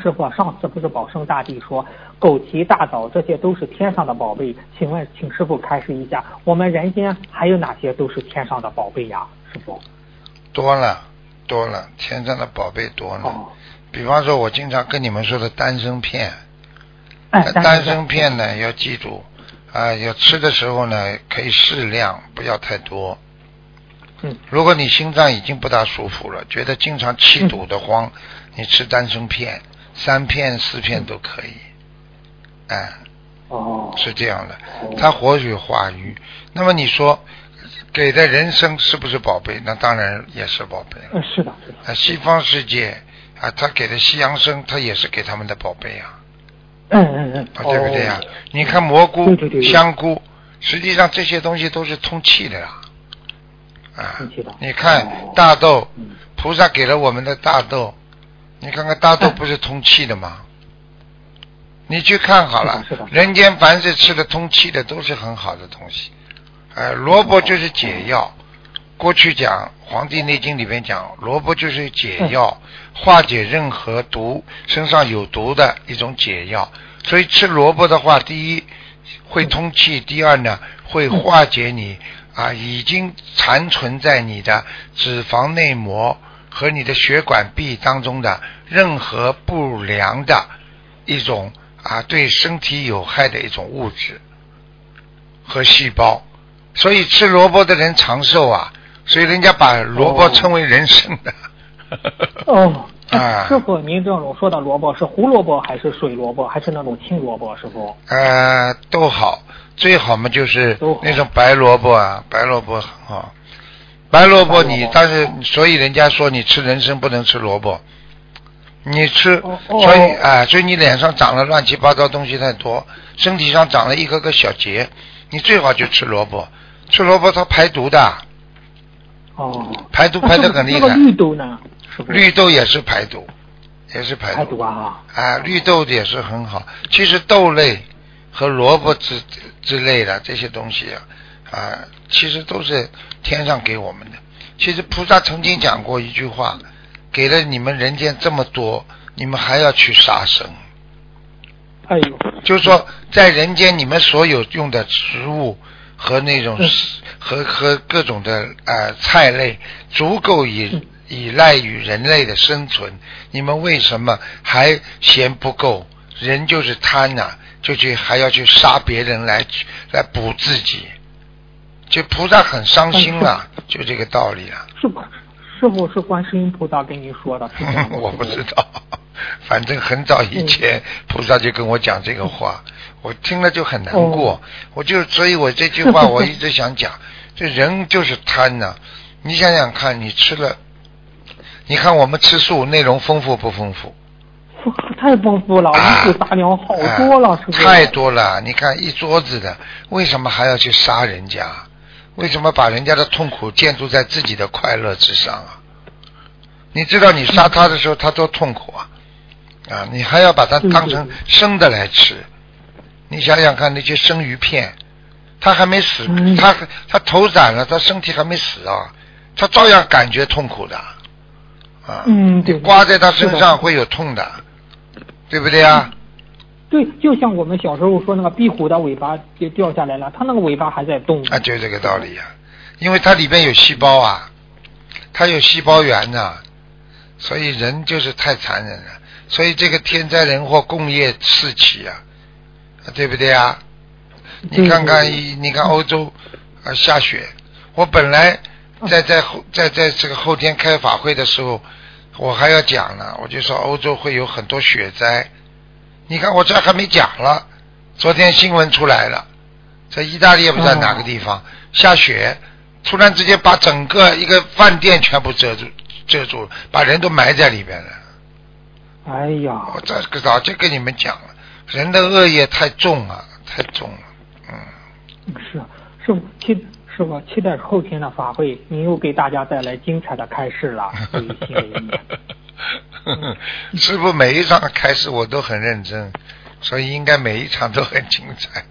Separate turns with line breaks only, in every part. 师傅，啊上次不是宝生大帝说枸杞、大枣这些都是天上的宝贝，请问，请师傅开示一下，我们人间还有哪些都是天上的宝贝呀？师傅，
多了多了，天上的宝贝多了。
哦，
比方说，我经常跟你们说的丹参片，
哎，
那
但
丹
是
参片呢要记住啊、要吃的时候呢可以适量，不要太多。
嗯，
如果你心脏已经不大舒服了，觉得经常气堵得慌，你吃丹参片，三片四片都可以。哎、
哦，
是这样的，
哦
它活血化瘀。那么你说给的人参是不是宝贝？那当然也是宝贝了。
嗯，是的，是的，
啊，西方世界啊，他给的西洋参，他也是给他们的宝贝啊，
嗯嗯嗯，
啊，对不对啊
哦？
你看蘑菇
对对对、对
香菇，实际上这些东西都是通气的呀、啊。啊
通气的，
你看
哦
大豆
嗯，
菩萨给了我们的大豆，你看看大豆
嗯
不是通气的吗？你去看好了
是的是的，
人间凡是吃的通气的都是很好的东西。呃，萝卜就是解药。过去讲《黄帝内经》里面讲，萝卜就是解药，
嗯
化解任何毒身上有毒的一种解药。所以吃萝卜的话，第一会通气，
嗯
第二呢会化解你啊已经残存在你的脂肪内膜和你的血管壁当中的任何不良的一种啊对身体有害的一种物质和细胞。所以吃萝卜的人长寿啊，所以人家把萝卜
哦
称为人参的。
哦，
啊
师傅，您这种说的萝卜是胡萝卜还是水萝卜，还是那种青萝卜？师傅，
呃，都好，最好嘛就是
都好
那种白萝卜啊，白萝卜很好。白萝卜你，
白萝卜
但是所以人家说你吃人参不能吃萝卜，你吃，
哦哦
所以啊、所以你脸上长了乱七八糟东西太多，身体上长了一个个小结，你最好就吃萝卜，吃萝卜它排毒的，
哦，
排毒排得很厉
那个
害，
绿豆呢？师傅，
绿豆也是排毒，也是排
排
毒
毒啊，
啊，绿豆也是很好。其实豆类和萝卜之之类的这些东西啊，啊，其实都是天上给我们的。其实菩萨曾经讲过一句话，给了你们人间这么多，你们还要去杀生。
哎呦，
就是说，在人间你们所有用的食物和那种、
嗯
和和各种的呃菜类，足够以
嗯
依赖于人类的生存。你们为什么还嫌不够？人就是贪呐、就去还要去杀别人来来补自己。就菩萨很伤心了、
嗯
就这个道理了。
是不？师傅是观世音菩萨跟您说的，是这样的
我不知道，反正很早以前菩萨就跟我讲这个话，我听了就很难过。我就所以，我这句话 我一直想讲，这人就是贪呐、你想想看，你吃了，你看我们吃素内容丰富不丰富？
哇太丰富了，
啊
五谷杂粮好多了，
啊
是不是？
太多了。你看一桌子的，为什么还要去杀人家？为什么把人家的痛苦建筑在自己的快乐之上啊？你知道你杀他的时候，他多痛苦啊！啊，你还要把它当成生的来吃。你想想看，那些生鱼片，他还没死，
嗯
他他头斩了，他身体还没死啊，他照样感觉痛苦的。啊，
嗯对
你刮在他身
是的
上会有痛的，对不对啊？
对，就像我们小时候说那个壁虎的尾巴就掉下来了，它那个尾巴还在动。
啊，就这个道理呀、因为它里边有细胞啊，它有细胞源呐、啊所以人就是太残忍了，所以这个天灾人祸共业四起啊，对不对啊？你
对
看看
对，
一，你看欧洲啊下雪，我本来
嗯
在在后在在这个后天开法会的时候，我还要讲呢，我就说欧洲会有很多雪灾，你看我这还没讲了，昨天新闻出来了，在意大利也不知道
哦
哪个地方、下雪，突然之间把整个一个饭店全部遮住遮住了，把人都埋在里边了。
哎呀，
我这个早就跟你们讲了，人的恶业太重了，太重了，嗯。
是是我期是我期待后天的法会，您又给大家带来精彩的开示 了，对于新的嗯一年。
师傅每一场开始我都很认真，所以应该每一场都很精彩。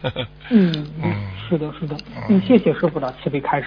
嗯
嗯
嗯，是的，是的，
嗯
嗯，谢谢师傅的慈悲开示。